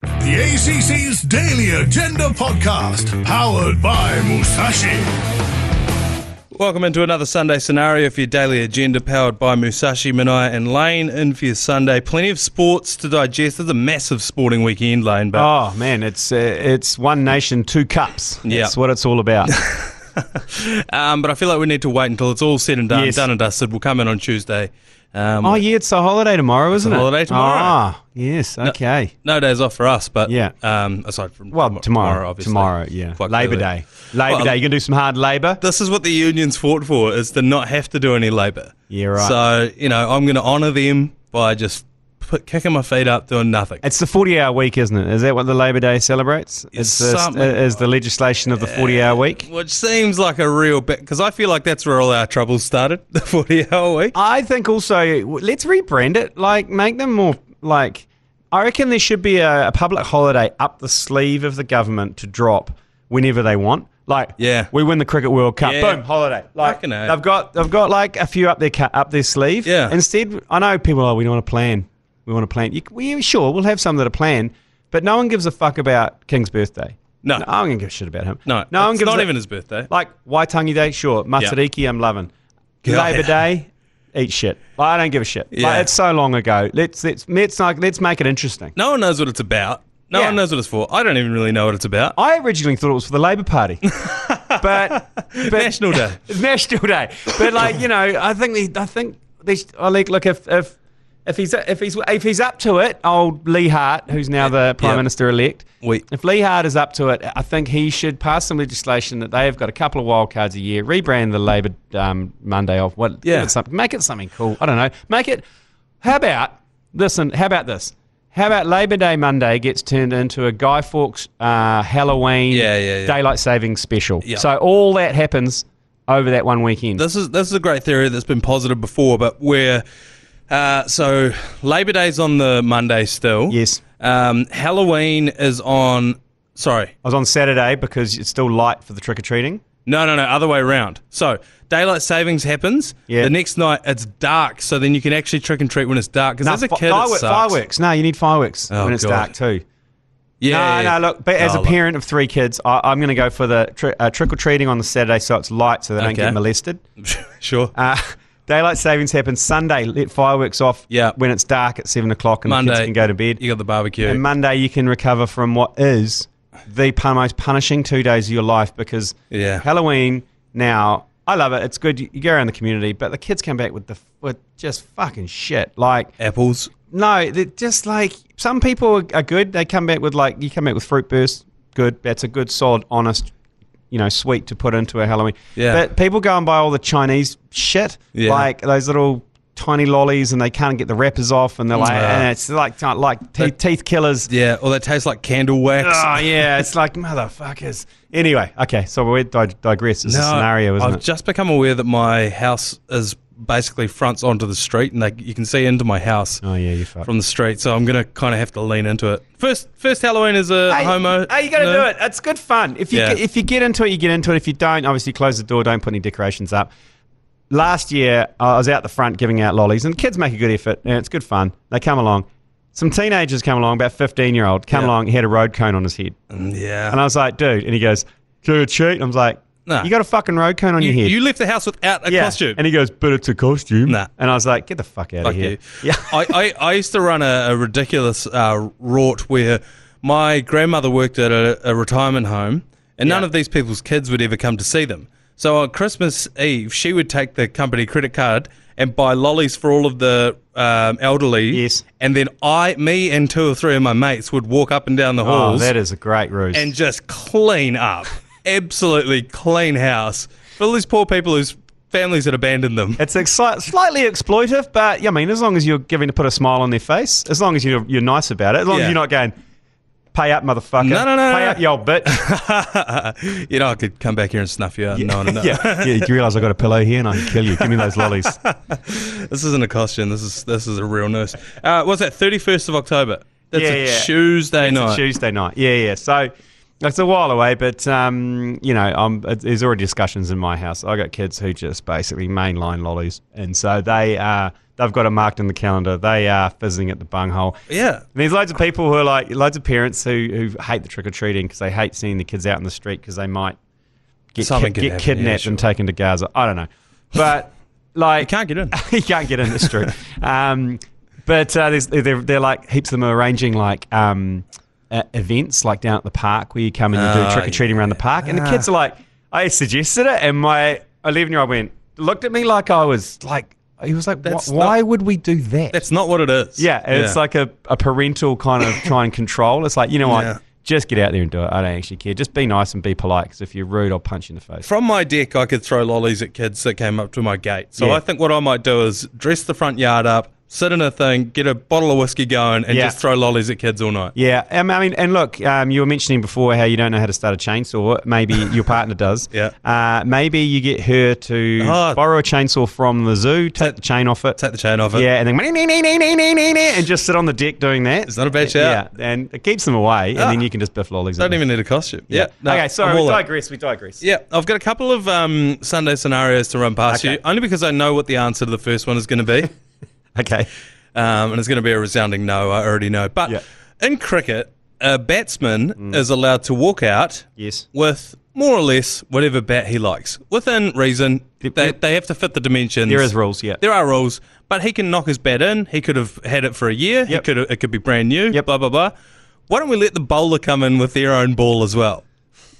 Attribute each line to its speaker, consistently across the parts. Speaker 1: The ACC's Daily Agenda podcast, powered by Musashi.
Speaker 2: Welcome into another Sunday scenario for your daily agenda, powered by Musashi, Minaya, and Lane. In for your Sunday, plenty of sports to digest. There's a massive sporting weekend, Lane, but
Speaker 3: Oh man, it's uh, it's one nation, two cups.
Speaker 2: Yeah.
Speaker 3: That's what it's all about.
Speaker 2: um, but I feel like we need to wait until it's all said and done,
Speaker 3: Oh. Yes.
Speaker 2: done and dusted. We'll come in on Tuesday. Um,
Speaker 3: oh yeah, it's a holiday tomorrow, isn't
Speaker 2: a
Speaker 3: it?
Speaker 2: holiday tomorrow.
Speaker 3: Ah, yes. Okay.
Speaker 2: No days off for us, but
Speaker 3: Yeah.
Speaker 2: Um, aside from
Speaker 3: Well,
Speaker 2: tomo-
Speaker 3: tomorrow, tomorrow,
Speaker 2: obviously.
Speaker 3: yeah.
Speaker 2: Quite
Speaker 3: Labor
Speaker 2: clearly.
Speaker 3: Day. Labor
Speaker 2: Well,
Speaker 3: Day. You can do some hard labor.
Speaker 2: This is what the unions fought for: is to not have to do any labour.
Speaker 3: Yeah, right.
Speaker 2: So you know, I'm going to honour them by just put, kicking my feet up, doing nothing.
Speaker 3: It's the 40 hour week, isn't it? Is that what the Labor Day celebrates? It's the,
Speaker 2: something. Uh,
Speaker 3: is the legislation of the 40 hour week?
Speaker 2: Which seems like a real bit, because I feel like that's where all our troubles started, the 40 hour week.
Speaker 3: I think also w- let's rebrand it. Like make them more like. I reckon there should be a, a public holiday up the sleeve of the government to drop whenever they want. Like
Speaker 2: Yeah.
Speaker 3: we win the cricket World Cup,
Speaker 2: Yeah.
Speaker 3: boom, holiday. Like
Speaker 2: Fucking hell.
Speaker 3: they've got they've got like a few up their cu- up their sleeve.
Speaker 2: Yeah.
Speaker 3: Instead, I know people are. we don't want to plan. We want to plan. You, we sure we'll have some that are planned, but no one gives a fuck about King's birthday.
Speaker 2: No.
Speaker 3: no one gives a shit about him.
Speaker 2: No,
Speaker 3: no one
Speaker 2: it's
Speaker 3: gives.
Speaker 2: not
Speaker 3: a-
Speaker 2: even his birthday.
Speaker 3: like Waitangi Day, sure. Matariki, I'm loving.
Speaker 2: Yeah.
Speaker 3: Labor Day, eat shit. Like, I don't give a shit. Like,
Speaker 2: Yeah.
Speaker 3: it's so long ago. Let's let's let's, like, let's make it interesting.
Speaker 2: No one knows what it's about. No
Speaker 3: Yeah.
Speaker 2: one knows what it's for. I don't even really know what it's about.
Speaker 3: I originally thought it was for the Labor Party, but, but
Speaker 2: National Day.
Speaker 3: It's National Day. But like you know, I think they, I think they, sh- I like look if if if he's if he's if he's up to it, old Lee Hart, who's now the Prime
Speaker 2: Yeah.
Speaker 3: Minister elect.
Speaker 2: We-
Speaker 3: If Lee Hart is up to it, I think he should pass some legislation that they have got a couple of wild cards a year, rebrand the Labor um, Monday off. What? give
Speaker 2: Yeah.
Speaker 3: it something, make it something cool. I don't know. Make it. How about listen? How about this? How about Labor Day Monday gets turned into a Guy Fawkes uh, Halloween
Speaker 2: Yeah, yeah, yeah.
Speaker 3: daylight saving special?
Speaker 2: Yeah.
Speaker 3: So all that happens over that one weekend.
Speaker 2: This is this is a great theory that's been posited before, but where uh, so Labor Day's on the Monday still.
Speaker 3: Yes.
Speaker 2: Um, Halloween is on. Sorry,
Speaker 3: I was on Saturday because it's still light for the trick or treating.
Speaker 2: no, no, no, other way around. So daylight savings happens.
Speaker 3: Yeah.
Speaker 2: The next night it's dark, so then you can actually trick and treat when it's dark. Because as a kid, it sucks.
Speaker 3: fireworks. No, you need fireworks
Speaker 2: Oh,
Speaker 3: when it's
Speaker 2: God.
Speaker 3: dark too.
Speaker 2: Yeah,
Speaker 3: no,
Speaker 2: yeah, yeah.
Speaker 3: no. Look, but as
Speaker 2: Oh,
Speaker 3: a
Speaker 2: look.
Speaker 3: parent of three kids, I, I'm going to go for the tri- uh, trick or treating on the Saturday, so it's light, so they don't
Speaker 2: Okay.
Speaker 3: get molested.
Speaker 2: sure.
Speaker 3: Uh, daylight savings happens Sunday. Let fireworks off
Speaker 2: Yeah.
Speaker 3: when it's dark at seven o'clock and
Speaker 2: Monday
Speaker 3: the kids can go to bed.
Speaker 2: You got the barbecue.
Speaker 3: And Monday you can recover from what is the pu- most punishing two days of your life because
Speaker 2: Yeah.
Speaker 3: Halloween now I love it. It's good. You you go around the community, but the kids come back with the with just fucking shit. Like
Speaker 2: Apples.
Speaker 3: no, they're just like some people are- are good. They come back with like you come back with fruit burst. Good, that's a good, solid, honest, you know, sweet to put into a Halloween.
Speaker 2: Yeah.
Speaker 3: But people go and buy all the Chinese shit,
Speaker 2: Yeah.
Speaker 3: like those little tiny lollies, and they can't get the wrappers off, and they're like,
Speaker 2: Yeah.
Speaker 3: and it's like like te-
Speaker 2: But-
Speaker 3: teeth killers.
Speaker 2: Yeah, or they taste like candle wax.
Speaker 3: Oh yeah, it's like motherfuckers. Anyway, okay, so we dig- digress. It's a scenario, isn't
Speaker 2: I've
Speaker 3: it?
Speaker 2: just become aware that my house is basically fronts onto the street, and like you can see into my house
Speaker 3: oh yeah, you fuck.
Speaker 2: from the street. So I'm gonna kind of have to lean into it. First, first Halloween is a
Speaker 3: Hey,
Speaker 2: homo.
Speaker 3: Hey, you got to
Speaker 2: no.
Speaker 3: do it. It's good fun. If you
Speaker 2: Yeah.
Speaker 3: get, if you get into it, you get into it. If you don't, obviously close the door. Don't put any decorations up. Last year, I was out the front giving out lollies, and kids make a good effort, and it's good fun. They come along. Some teenagers come along, about fifteen year old, come
Speaker 2: Yeah.
Speaker 3: along. He had a road cone on his head,
Speaker 2: Mm, Yeah,
Speaker 3: and I was like, dude. And he goes, "Good shoot." I was like,
Speaker 2: Nah.
Speaker 3: "You got a fucking road cone on
Speaker 2: you,
Speaker 3: your head."
Speaker 2: you left the house without a costume.
Speaker 3: And he goes, "But it's a costume."
Speaker 2: Nah.
Speaker 3: And I was like, "Get the fuck out
Speaker 2: Fuck
Speaker 3: of here."
Speaker 2: you.
Speaker 3: Yeah.
Speaker 2: I, I, I used to run a, a ridiculous uh, rort where my grandmother worked at a, a retirement home, and none
Speaker 3: Yeah.
Speaker 2: of these people's kids would ever come to see them. So on Christmas Eve, she would take the company credit card and buy lollies for all of the um, elderly.
Speaker 3: Yes.
Speaker 2: And then I, me, and two or three of my mates would walk up and down the
Speaker 3: Oh,
Speaker 2: halls
Speaker 3: that is a great ruse.
Speaker 2: and just clean up, absolutely clean house for all these poor people whose families had abandoned them.
Speaker 3: It's exci- slightly exploitive, but yeah, I mean, as long as you're giving to put a smile on their face, as long as you're, you're nice about it, as long
Speaker 2: Yeah.
Speaker 3: as you're not going, pay up, motherfucker.
Speaker 2: No, no, no,
Speaker 3: Pay
Speaker 2: no.
Speaker 3: up, you old bitch.
Speaker 2: you know, I could come back here and snuff you out and no one would know.
Speaker 3: yeah. yeah, you realise I've got a pillow here and I can kill you. Give me those lollies.
Speaker 2: This isn't a costume. This is this is a real nurse. Uh, what's that? Thirty first of October. That's
Speaker 3: Yeah,
Speaker 2: a
Speaker 3: yeah.
Speaker 2: Tuesday
Speaker 3: It's a
Speaker 2: night.
Speaker 3: Tuesday night. Yeah, yeah. So It's a while away, but um, you know, um, it- there's already discussions in my house. I got kids who just basically mainline lollies, and so they uh, they've got it marked in the calendar. They are fizzing at the bunghole.
Speaker 2: Yeah.
Speaker 3: And there's loads of people who are like, loads of parents who, who hate the trick or treating because they hate seeing the kids out in the street because they might get,
Speaker 2: Something could
Speaker 3: ki- get
Speaker 2: happen, yeah,
Speaker 3: kidnapped
Speaker 2: sure.
Speaker 3: and taken to Gaza. I don't know, but like
Speaker 2: You can't get in.
Speaker 3: you can't get in. That's true. Um, but uh, there's, they're, they're like heaps of them are arranging like um, uh, events like down at the park where you come and you
Speaker 2: Oh,
Speaker 3: do trick or treating around the park, and the
Speaker 2: Ah.
Speaker 3: kids are like, I suggested it, and my 11 year old went looked at me like I was like he was like,
Speaker 2: That's
Speaker 3: "Wh- why
Speaker 2: not-
Speaker 3: would we do that?
Speaker 2: That's not what it is.
Speaker 3: yeah, and it's like a, a parental kind of try and control. It's like you know what.
Speaker 2: Yeah.
Speaker 3: Just get out there and do it. I don't actually care. Just be nice and be polite. Because if you're rude, I'll punch you in the face.
Speaker 2: From my deck, I could throw lollies at kids that came up to my gate. So
Speaker 3: Yeah.
Speaker 2: I think what I might do is dress the front yard up, sit in a thing, get a bottle of whiskey going, and
Speaker 3: Yeah.
Speaker 2: just throw lollies at kids all night.
Speaker 3: Yeah, um, I mean, and look, um, you were mentioning before how you don't know how to start a chainsaw. Maybe your partner does.
Speaker 2: Yeah.
Speaker 3: Uh, maybe you get her to
Speaker 2: Oh.
Speaker 3: borrow a chainsaw from the zoo, take the chain off it.
Speaker 2: Take the chain off it.
Speaker 3: yeah, and then and just sit on the deck doing that.
Speaker 2: It's not a bad
Speaker 3: Yeah,
Speaker 2: shout.
Speaker 3: and it keeps them away, and then
Speaker 2: Ah.
Speaker 3: you can just biff lollies. at
Speaker 2: Don't
Speaker 3: them.
Speaker 2: even need a costume. Yeah. no,
Speaker 3: okay,
Speaker 2: I'm
Speaker 3: sorry, we
Speaker 2: all in.
Speaker 3: digress. We digress.
Speaker 2: Yeah, I've got a couple of um, Sunday scenarios to run past
Speaker 3: Okay.
Speaker 2: you, only because I know what the answer to the first one is going to be.
Speaker 3: Okay.
Speaker 2: um, and it's going to be a resounding no. I already know. But
Speaker 3: Yeah. Mm.
Speaker 2: in cricket, a batsman is allowed to walk out
Speaker 3: Yes.
Speaker 2: with more or less whatever bat he likes, within reason.
Speaker 3: Yep,
Speaker 2: They,
Speaker 3: yep.
Speaker 2: they have to fit the dimensions.
Speaker 3: There is rules. Yeah.
Speaker 2: There are rules, but he can knock his bat in. He could have had it for a year. He
Speaker 3: Yep.
Speaker 2: could it could be brand new.
Speaker 3: Yep.
Speaker 2: Blah blah blah. Why don't we let the bowler come in with their own ball as well?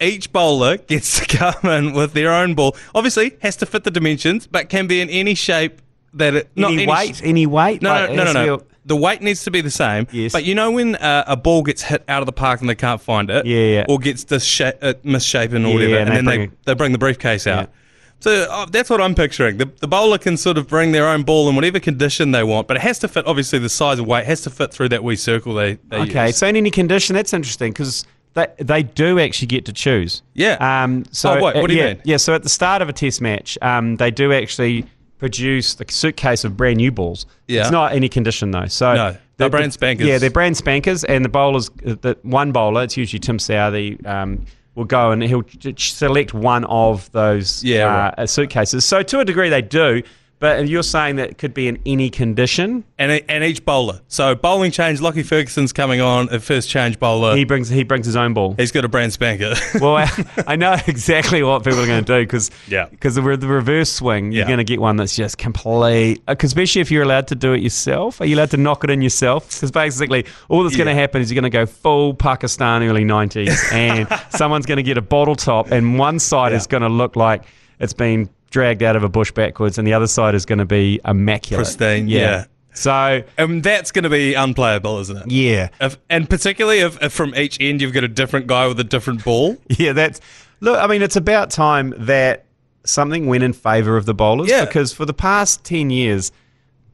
Speaker 2: Each bowler gets to come in with their own ball. Obviously, has to fit the dimensions, but can be in any shape that it. not
Speaker 3: any,
Speaker 2: any
Speaker 3: weight? Any weight?
Speaker 2: no,
Speaker 3: Like, it
Speaker 2: no, no,
Speaker 3: has
Speaker 2: no,
Speaker 3: to
Speaker 2: no.
Speaker 3: be a-
Speaker 2: The weight needs to be the same.
Speaker 3: Yes.
Speaker 2: But you know when uh, a ball gets hit out of the park and they can't find it,
Speaker 3: Yeah, yeah.
Speaker 2: or gets dissha- uh, misshapen or
Speaker 3: Yeah,
Speaker 2: whatever,
Speaker 3: yeah,
Speaker 2: and,
Speaker 3: and they
Speaker 2: then they,
Speaker 3: bring
Speaker 2: they bring the briefcase out.
Speaker 3: Yeah.
Speaker 2: So uh, that's what I'm picturing. The, the bowler can sort of bring their own ball in whatever condition they want, but it has to fit. Obviously, the size and weight has to fit through that wee circle they. they
Speaker 3: Okay,
Speaker 2: use.
Speaker 3: so in any condition, that's interesting because they, they do actually get to choose.
Speaker 2: Yeah.
Speaker 3: Um, so
Speaker 2: Oh, wait, what do you
Speaker 3: yeah,
Speaker 2: mean?
Speaker 3: Yeah, so at the start of a test match, um, they do actually produce the suitcase of brand new balls.
Speaker 2: Yeah.
Speaker 3: It's not any condition though. So
Speaker 2: No, they're brand spankers.
Speaker 3: Yeah, they're brand spankers, and the bowlers, uh, the one bowler, it's usually Tim Southey, um, will go and he'll ch- ch- select one of those
Speaker 2: Yeah,
Speaker 3: uh,
Speaker 2: right.
Speaker 3: uh, suitcases. So to a degree, they do. But you're saying that it could be in any condition.
Speaker 2: and e- and each bowler. So bowling change. Lockie Ferguson's coming on at first change bowler.
Speaker 3: He brings he brings his own ball.
Speaker 2: He's got a brand spanker.
Speaker 3: well, I, I know exactly what people are going to do because
Speaker 2: Yeah.
Speaker 3: the, re- the reverse swing, you're
Speaker 2: Yeah.
Speaker 3: going to get one that's just complete. uh, 'cause especially if you're allowed to do it yourself, are you allowed to knock it in yourself? Because basically, all that's going
Speaker 2: Yeah.
Speaker 3: to happen is you're going to go full Pakistan early '90s, and someone's going to get a bottle top, and one side is going to look like it's been dragged out of a bush backwards, and the other side is going to be immaculate,
Speaker 2: Pristine, yeah.
Speaker 3: So
Speaker 2: and that's going to be unplayable, isn't it?
Speaker 3: yeah,
Speaker 2: If, and particularly if, if from each end you've got a different guy with a different ball.
Speaker 3: Yeah, that's look. I mean, it's about time that something went in favour of the bowlers.
Speaker 2: Yeah.
Speaker 3: because for the past ten years,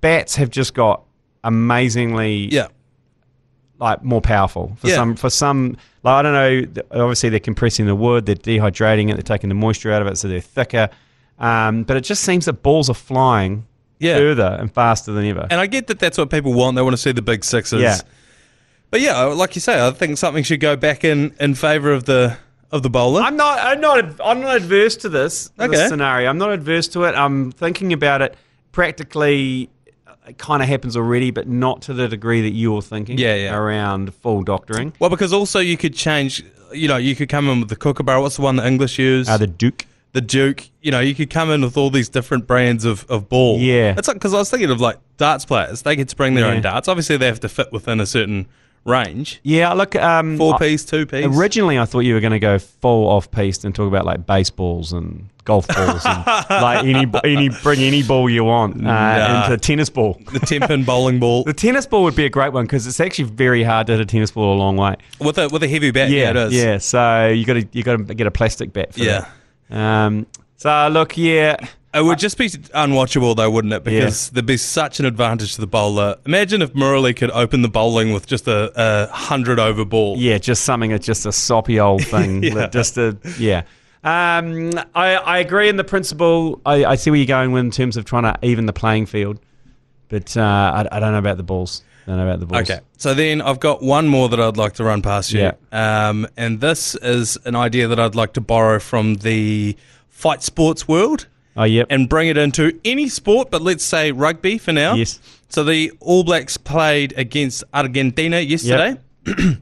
Speaker 3: bats have just got amazingly
Speaker 2: Yeah.
Speaker 3: like more powerful. For
Speaker 2: Yeah.
Speaker 3: some, for some, like I don't know. th- Obviously, they're compressing the wood, they're dehydrating it, they're taking the moisture out of it, so they're thicker. Um, but it just seems that balls are flying
Speaker 2: Yeah.
Speaker 3: further and faster than ever.
Speaker 2: And I get that that's what people want. They want to see the big sixes.
Speaker 3: Yeah.
Speaker 2: But yeah, like you say, I think something should go back in in favour of the of the bowler.
Speaker 3: I'm not. I'm not. I'm not adverse to this, this
Speaker 2: Okay.
Speaker 3: scenario. I'm not adverse to it. I'm thinking about it. Practically, uh, it kind of happens already, but not to the degree that you're thinking.
Speaker 2: Yeah, yeah.
Speaker 3: Around full doctoring.
Speaker 2: well, because also you could change. You know, you could come in with the kookaburra. What's the one the English use?
Speaker 3: Uh, the Duke.
Speaker 2: the Duke. You know, you could come in with all these different brands of, of ball.
Speaker 3: Yeah.
Speaker 2: It's like, because I was thinking of like darts players. They get to bring their
Speaker 3: Yeah.
Speaker 2: own darts. Obviously, they have to fit within a certain range.
Speaker 3: Yeah. Look. Um,
Speaker 2: Four
Speaker 3: I-
Speaker 2: piece, two piece.
Speaker 3: Originally, I thought you were going to go full off piste and talk about like baseballs and golf balls and like any any bring any ball you want uh,
Speaker 2: Nah.
Speaker 3: into tennis ball.
Speaker 2: the 10 pin bowling ball.
Speaker 3: The tennis ball would be a great one because it's actually very hard to hit a tennis ball a long way.
Speaker 2: With a with a heavy bat, yeah,
Speaker 3: Yeah,
Speaker 2: it is.
Speaker 3: yeah. So you got to you got to get a plastic bat. For
Speaker 2: Yeah.
Speaker 3: that. Um. So look, yeah,
Speaker 2: It would just be unwatchable though, wouldn't it? Because there'd be such an advantage to the bowler. Imagine if Murali could open the bowling with just a, a hundred over ball.
Speaker 3: yeah, just something. It's just a soppy old thing.
Speaker 2: Yeah.
Speaker 3: that Just a yeah. Um. I I agree in the principle. I, I see where you're going with in terms of trying to even the playing field, but uh, I, I don't know about the balls. Don't know about the voice.
Speaker 2: Okay. So then I've got one more that I'd like to run past you. Um, and this is an idea that I'd like to borrow from the fight sports world
Speaker 3: Oh, yep.
Speaker 2: and bring it into any sport, but let's say rugby for now.
Speaker 3: Yes.
Speaker 2: So the All Blacks played against Argentina yesterday.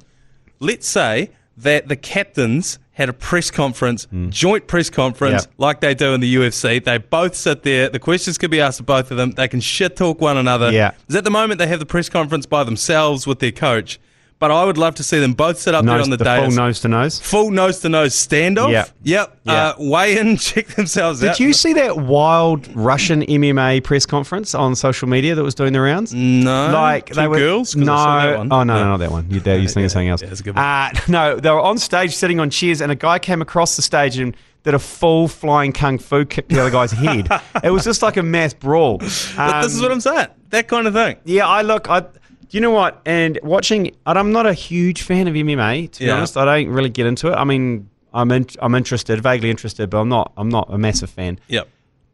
Speaker 2: let's say that the captains had a press conference, joint press conference,
Speaker 3: Hmm. Yep.
Speaker 2: like they do in the UFC. They both sit there. The questions could be asked of both of them. They can shit talk one another.
Speaker 3: Yeah.
Speaker 2: Because at the moment they have the press conference by themselves with their coach. But I would love to see them both sit up there
Speaker 3: nose,
Speaker 2: on the,
Speaker 3: the
Speaker 2: dais.
Speaker 3: full nose to nose.
Speaker 2: Full nose to nose standoff.
Speaker 3: Yep.
Speaker 2: Yep. Uh, weigh in, check themselves out.
Speaker 3: Did you see that wild Russian MMA press conference on social media that was doing the rounds?
Speaker 2: No.
Speaker 3: like
Speaker 2: Two
Speaker 3: they were
Speaker 2: girls. 'Cause I
Speaker 3: No,
Speaker 2: saw that
Speaker 3: oh
Speaker 2: one.
Speaker 3: no, no, not that one. You, there, you're thinking of something else.
Speaker 2: yeah, that's a good one.
Speaker 3: uh, no, they were on stage sitting on chairs, and a guy came across the stage and did a full flying kung fu kick to the other guy's head. It was just like a mass brawl. Um,
Speaker 2: But this is what I'm saying. That kind of thing.
Speaker 3: Yeah, I look. I, you know what? And watching, and I'm not a huge fan of MMA. To be
Speaker 2: Yeah.
Speaker 3: honest, I don't really get into it. I mean, I'm in, I'm interested, vaguely interested, but I'm not. I'm not a massive fan.
Speaker 2: Yep.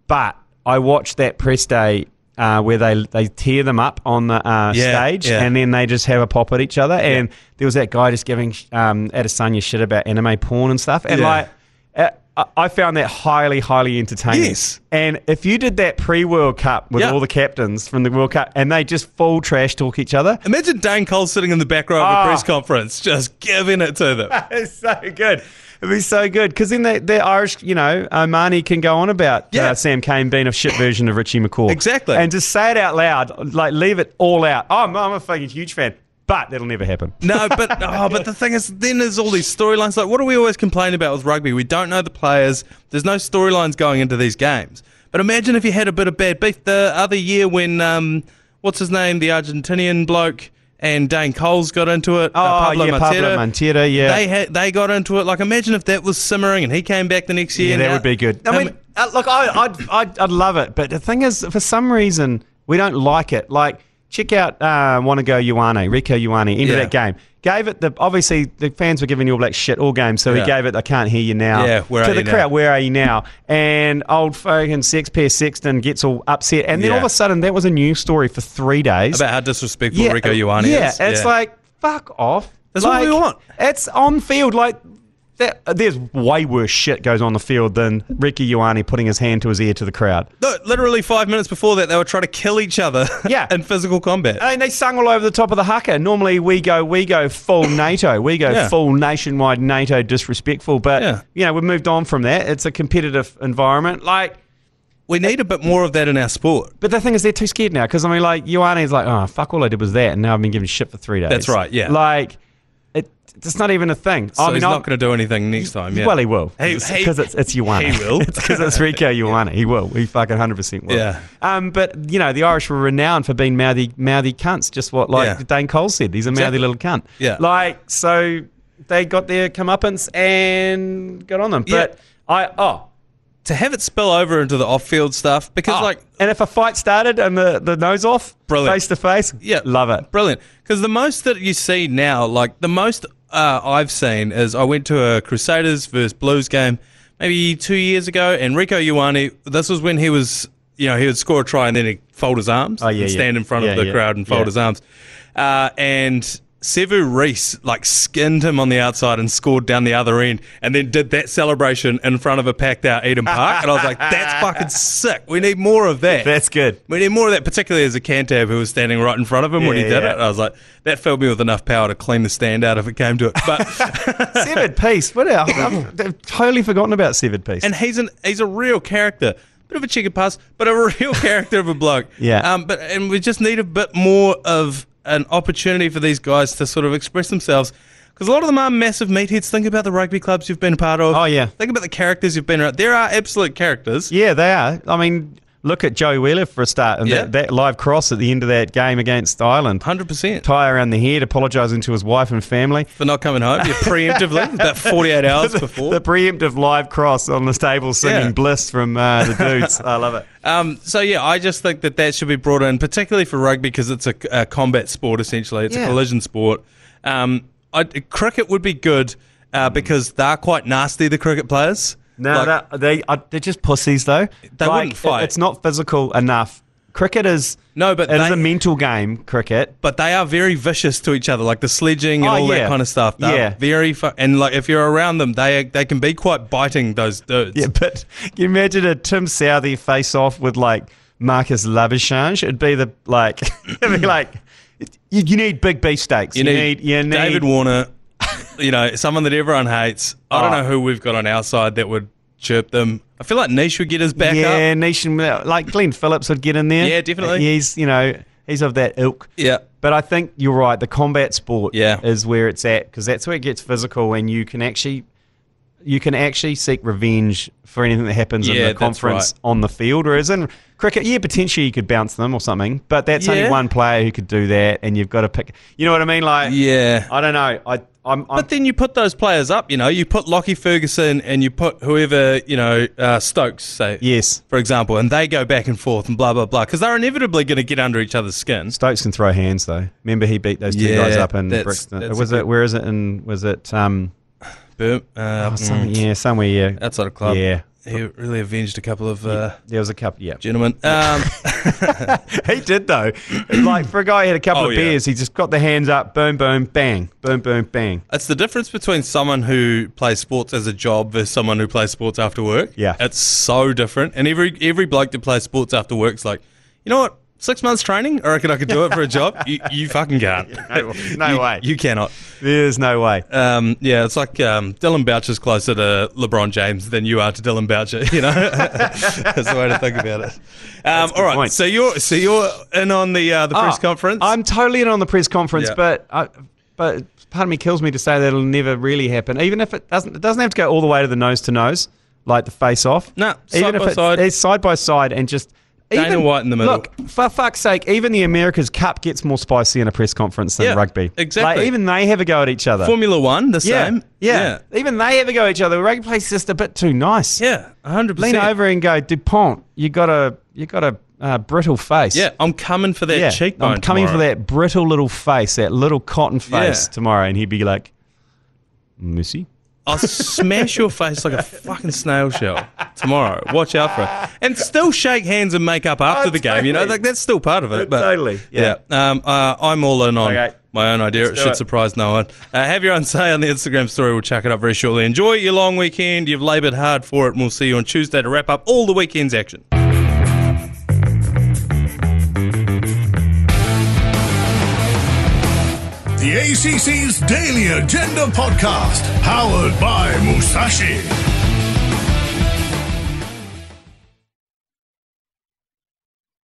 Speaker 3: But I watched that press day uh, where they they tear them up on the uh,
Speaker 2: Yeah,
Speaker 3: stage,
Speaker 2: yeah.
Speaker 3: and then they just have a pop at each other. And there was that guy just giving um, Adesanya shit about anime porn and stuff. And
Speaker 2: Yeah.
Speaker 3: like, uh, I- I found that highly, highly entertaining.
Speaker 2: Yes.
Speaker 3: And if you did that pre World Cup with
Speaker 2: Yeah.
Speaker 3: all the captains from the World Cup, and they just full trash talk each other,
Speaker 2: Imagine Dane Cole sitting in the back row of a
Speaker 3: Ah.
Speaker 2: press conference, just giving it to them.
Speaker 3: it's so good. It'd be so good because then the, the Irish, you know, Omani can go on about
Speaker 2: Yeah.
Speaker 3: uh, Sam Kane being a shit version of Richie McCaw.
Speaker 2: Exactly.
Speaker 3: And just say it out loud, like leave it all out. Oh, I'm, I'm a fucking huge fan, but that'll never happen.
Speaker 2: No, but oh, but the thing is, then there's all these storylines. Like, what do we always complain about with rugby? We don't know the players. There's no storylines going into these games. But imagine if you had a bit of bad beef the other year when um, what's his name, the Argentinian bloke, and Dane Coles got into it.
Speaker 3: Oh,
Speaker 2: uh, Pablo
Speaker 3: yeah, Pablo Montero, yeah.
Speaker 2: They had they got into it. Like, imagine if that was simmering and he came back the next year.
Speaker 3: yeah,
Speaker 2: and
Speaker 3: that
Speaker 2: now-
Speaker 3: would be good. I
Speaker 2: Um,
Speaker 3: mean, uh, look, I, I'd, I'd, I'd love it, but the thing is, for some reason, we don't like it. Like, check out uh, Wanago Ioane, Rico Ioane, end
Speaker 2: Yeah.
Speaker 3: of that game. Gave it the obviously the fans were giving you all black shit all game, so
Speaker 2: Yeah.
Speaker 3: he gave it. I can't hear you now.
Speaker 2: Yeah, where
Speaker 3: to
Speaker 2: are
Speaker 3: the
Speaker 2: you now?
Speaker 3: crowd. Where are you now? And old fucking sex pair Sexton gets all upset, and then
Speaker 2: Yeah.
Speaker 3: all of a sudden that was a news story for three days
Speaker 2: about how disrespectful Rico Ioane
Speaker 3: yeah,
Speaker 2: is.
Speaker 3: it's like fuck off.
Speaker 2: That's what
Speaker 3: like,
Speaker 2: we want.
Speaker 3: It's on field like. That, there's way worse shit goes on the field than Ricky Ioane putting his hand to his ear to the crowd.
Speaker 2: No, literally five minutes before that, they were trying to kill each other
Speaker 3: Yeah. Uh,
Speaker 2: in physical combat.
Speaker 3: I mean, they sung all over the top of the haka. Normally, we go, we go full NATO, we go
Speaker 2: Yeah.
Speaker 3: full nationwide NATO disrespectful. But
Speaker 2: Yeah.
Speaker 3: you know, we've moved on from that. It's a competitive environment. Like,
Speaker 2: We need a bit more of that in our sport.
Speaker 3: but the thing is, they're too scared now because I mean, like Ioane's like, oh fuck, all I did was that, and now I've been given shit for three days.
Speaker 2: That's right, yeah.
Speaker 3: Like, it, it's not even a thing.
Speaker 2: So
Speaker 3: I mean,
Speaker 2: he's
Speaker 3: I'm-
Speaker 2: not going to do anything next time. Yeah.
Speaker 3: Well, he will.
Speaker 2: He- he-
Speaker 3: Because it's, it's Ioane.
Speaker 2: he will.
Speaker 3: it's because it's Rico Ioane. He will. He fucking 100% will.
Speaker 2: Yeah.
Speaker 3: Um, but, you know, the Irish were renowned for being mouthy, mouthy cunts, just what, like
Speaker 2: Yeah.
Speaker 3: Dane Cole said. He's a mouthy
Speaker 2: Exactly.
Speaker 3: little cunt.
Speaker 2: Yeah.
Speaker 3: Like, so they got their comeuppance and got on them.
Speaker 2: Yeah.
Speaker 3: But I, oh.
Speaker 2: to have it spill over into the off-field stuff because,
Speaker 3: oh.
Speaker 2: like,
Speaker 3: and if a fight started and the, the nose off,
Speaker 2: Brilliant.
Speaker 3: face to face,
Speaker 2: yeah,
Speaker 3: love it.
Speaker 2: brilliant. Because the most that you see now, like the most uh, I've seen is I went to a Crusaders versus Blues game maybe two years ago, and Rico Ioane. This was when he was, you know, he would score a try and then he would fold his arms,
Speaker 3: Oh, yeah,
Speaker 2: and
Speaker 3: yeah.
Speaker 2: stand in front of
Speaker 3: Yeah,
Speaker 2: the
Speaker 3: yeah,
Speaker 2: crowd and fold
Speaker 3: yeah.
Speaker 2: his arms, uh, and. Sevu Reese like skinned him on the outside and scored down the other end, and then did that celebration in front of a packed out Eden Park, and I was like, "That's fucking sick. We need more of that."
Speaker 3: That's good.
Speaker 2: We need more of that, particularly as a Cantab who was standing right in front of him when he
Speaker 3: Yeah,
Speaker 2: did
Speaker 3: yeah.
Speaker 2: it. I was like, that filled me with enough power to clean the stand out if it came to it. But
Speaker 3: Severed piece. What else? I've, I've totally forgotten about severed piece.
Speaker 2: and he's an he's a real character, bit of a chicken pass, but a real character of a bloke.
Speaker 3: Yeah.
Speaker 2: Um. But and we just need a bit more of an opportunity for these guys to sort of express themselves. Because a lot of them are massive meatheads. Think about the rugby clubs you've been a part of.
Speaker 3: Oh, yeah.
Speaker 2: Think about the characters you've been around. There are absolute characters.
Speaker 3: Yeah, they are. I mean, look at Joey Wheeler for a start, and
Speaker 2: Yeah.
Speaker 3: that, that live cross at the end of that game against Ireland.
Speaker 2: Hundred percent.
Speaker 3: Tie around the head, apologising to his wife and family.
Speaker 2: For not coming home, yeah, preemptively about forty-eight hours before.
Speaker 3: The preemptive live cross on the table singing
Speaker 2: Yeah.
Speaker 3: "Bliss" from uh, the dudes. I love it.
Speaker 2: Um, so yeah, I just think that that should be brought in, particularly for rugby, because it's a, a combat sport essentially. It's a
Speaker 3: Yeah.
Speaker 2: collision sport. Um, I, cricket would be good uh, because they're quite nasty. The cricket players.
Speaker 3: Mm. No,
Speaker 2: Like,
Speaker 3: that, they are, they're just pussies though.
Speaker 2: They wouldn't
Speaker 3: it-
Speaker 2: fight.
Speaker 3: It's not physical enough Cricket is
Speaker 2: No, but
Speaker 3: it is
Speaker 2: they-
Speaker 3: a mental game. Cricket.
Speaker 2: but they are very vicious to each other, like the sledging and
Speaker 3: Oh,
Speaker 2: all
Speaker 3: yeah.
Speaker 2: that kind of stuff. They're
Speaker 3: Yeah.
Speaker 2: very fu- and like if you're around them, they they can be quite biting. Those dudes.
Speaker 3: Yeah, but can you imagine a Tim Southey face off with like Marcus Labuschagne? It'd be the like, it'd be like you, you need big beefsteaks.
Speaker 2: You need,
Speaker 3: you need
Speaker 2: David Warner, you know, someone that everyone hates. I don't
Speaker 3: Oh.
Speaker 2: know who we've got on our side that would chirp them. I feel like Nish would get his back up.
Speaker 3: yeah, Nation like Glenn Phillips would get in there.
Speaker 2: Yeah, definitely.
Speaker 3: He's you know he's of that ilk.
Speaker 2: Yeah.
Speaker 3: But I think you're right. The combat sport
Speaker 2: Yeah.
Speaker 3: is where it's at because that's where it gets physical, and you can actually you can actually seek revenge for anything that happens
Speaker 2: Yeah,
Speaker 3: in the
Speaker 2: that's
Speaker 3: conference
Speaker 2: right.
Speaker 3: on the field. Whereas in cricket, yeah, potentially you could bounce them or something, but that's only
Speaker 2: Yeah.
Speaker 3: one player who could do that, and you've got to pick. You know what I mean? Like,
Speaker 2: Yeah.
Speaker 3: I don't know. I I'm, I'm
Speaker 2: But then you put those players up, you know, you put Lockie Ferguson and you put whoever, you know, uh, Stokes, say,
Speaker 3: yes,
Speaker 2: for example, and they go back and forth and blah, blah, blah, because they're inevitably going to get under each other's skin.
Speaker 3: Stokes can throw hands though. Remember he beat those two
Speaker 2: Yeah,
Speaker 3: guys up in
Speaker 2: that's-
Speaker 3: Brixton.
Speaker 2: that's
Speaker 3: was
Speaker 2: a
Speaker 3: it? Where is it? In was it? Um,
Speaker 2: Boom. Uh,
Speaker 3: oh, some-
Speaker 2: mm,
Speaker 3: yeah, somewhere. Yeah,
Speaker 2: That sort of club.
Speaker 3: Yeah.
Speaker 2: He really avenged a couple of uh,
Speaker 3: there was a couple. Yeah,
Speaker 2: gentlemen. Um,
Speaker 3: he did though. like for a guy who had a couple
Speaker 2: Oh,
Speaker 3: of
Speaker 2: yeah.
Speaker 3: beers, he just got the hands up, boom, boom, bang, boom, boom, bang.
Speaker 2: It's the difference between someone who plays sports as a job versus someone who plays sports after work.
Speaker 3: Yeah.
Speaker 2: It's so different. And every every bloke that plays sports after work's like, you know what? Six months training? I reckon I could do it for a job. you, you fucking can't.
Speaker 3: No- no
Speaker 2: You-
Speaker 3: way.
Speaker 2: You cannot.
Speaker 3: There's no way.
Speaker 2: Um, yeah, it's like um, Dylan Boucher's closer to LeBron James than you are to Dylan Boucher. You know, that's the way to think about it. Um, all right,
Speaker 3: point.
Speaker 2: so you're so you're in on the uh, the press
Speaker 3: Ah,
Speaker 2: conference.
Speaker 3: I'm totally in on the press conference,
Speaker 2: Yeah.
Speaker 3: but I, but part of me kills me to say that it'll never really happen. Even if it doesn't, it doesn't have to go all the way to the nose to nose, like the face off.
Speaker 2: No,
Speaker 3: even
Speaker 2: side
Speaker 3: if
Speaker 2: by
Speaker 3: it's,
Speaker 2: side.
Speaker 3: it's side by side and just.
Speaker 2: Dana
Speaker 3: even-
Speaker 2: White in the middle.
Speaker 3: Look, for fuck's sake, even the America's Cup gets more spicy in a press conference than
Speaker 2: Yeah,
Speaker 3: rugby.
Speaker 2: exactly.
Speaker 3: Like, even they have a go at each other.
Speaker 2: Formula One, the
Speaker 3: yeah,
Speaker 2: same.
Speaker 3: yeah. Even they have a go at each other. Rugby plays just a bit too nice.
Speaker 2: yeah, hundred
Speaker 3: lean
Speaker 2: percent.
Speaker 3: over and go, Dupont, you got a you got a uh, brittle face.
Speaker 2: Yeah, I'm coming for that
Speaker 3: yeah.
Speaker 2: cheekbone.
Speaker 3: I'm coming for
Speaker 2: tomorrow.
Speaker 3: that brittle little face, that little cotton face
Speaker 2: Yeah.
Speaker 3: tomorrow, and he'd be like, Missy.
Speaker 2: I'll smash your face like a fucking snail shell tomorrow. Watch out for it. And still shake hands and make up after
Speaker 3: Oh,
Speaker 2: the game. You know,
Speaker 3: totally.
Speaker 2: like that's still part of it. But
Speaker 3: Totally, yeah.
Speaker 2: Um, uh, I'm all in on
Speaker 3: Okay.
Speaker 2: my own idea. it
Speaker 3: do
Speaker 2: should
Speaker 3: it.
Speaker 2: surprise no one. Uh, have your own say on the Instagram story. We'll chuck it up very shortly. Enjoy your long weekend. You've laboured hard for it. And we'll see you on Tuesday to wrap up all the weekend's action.
Speaker 1: The ACC's Daily Agenda Podcast, powered by Musashi.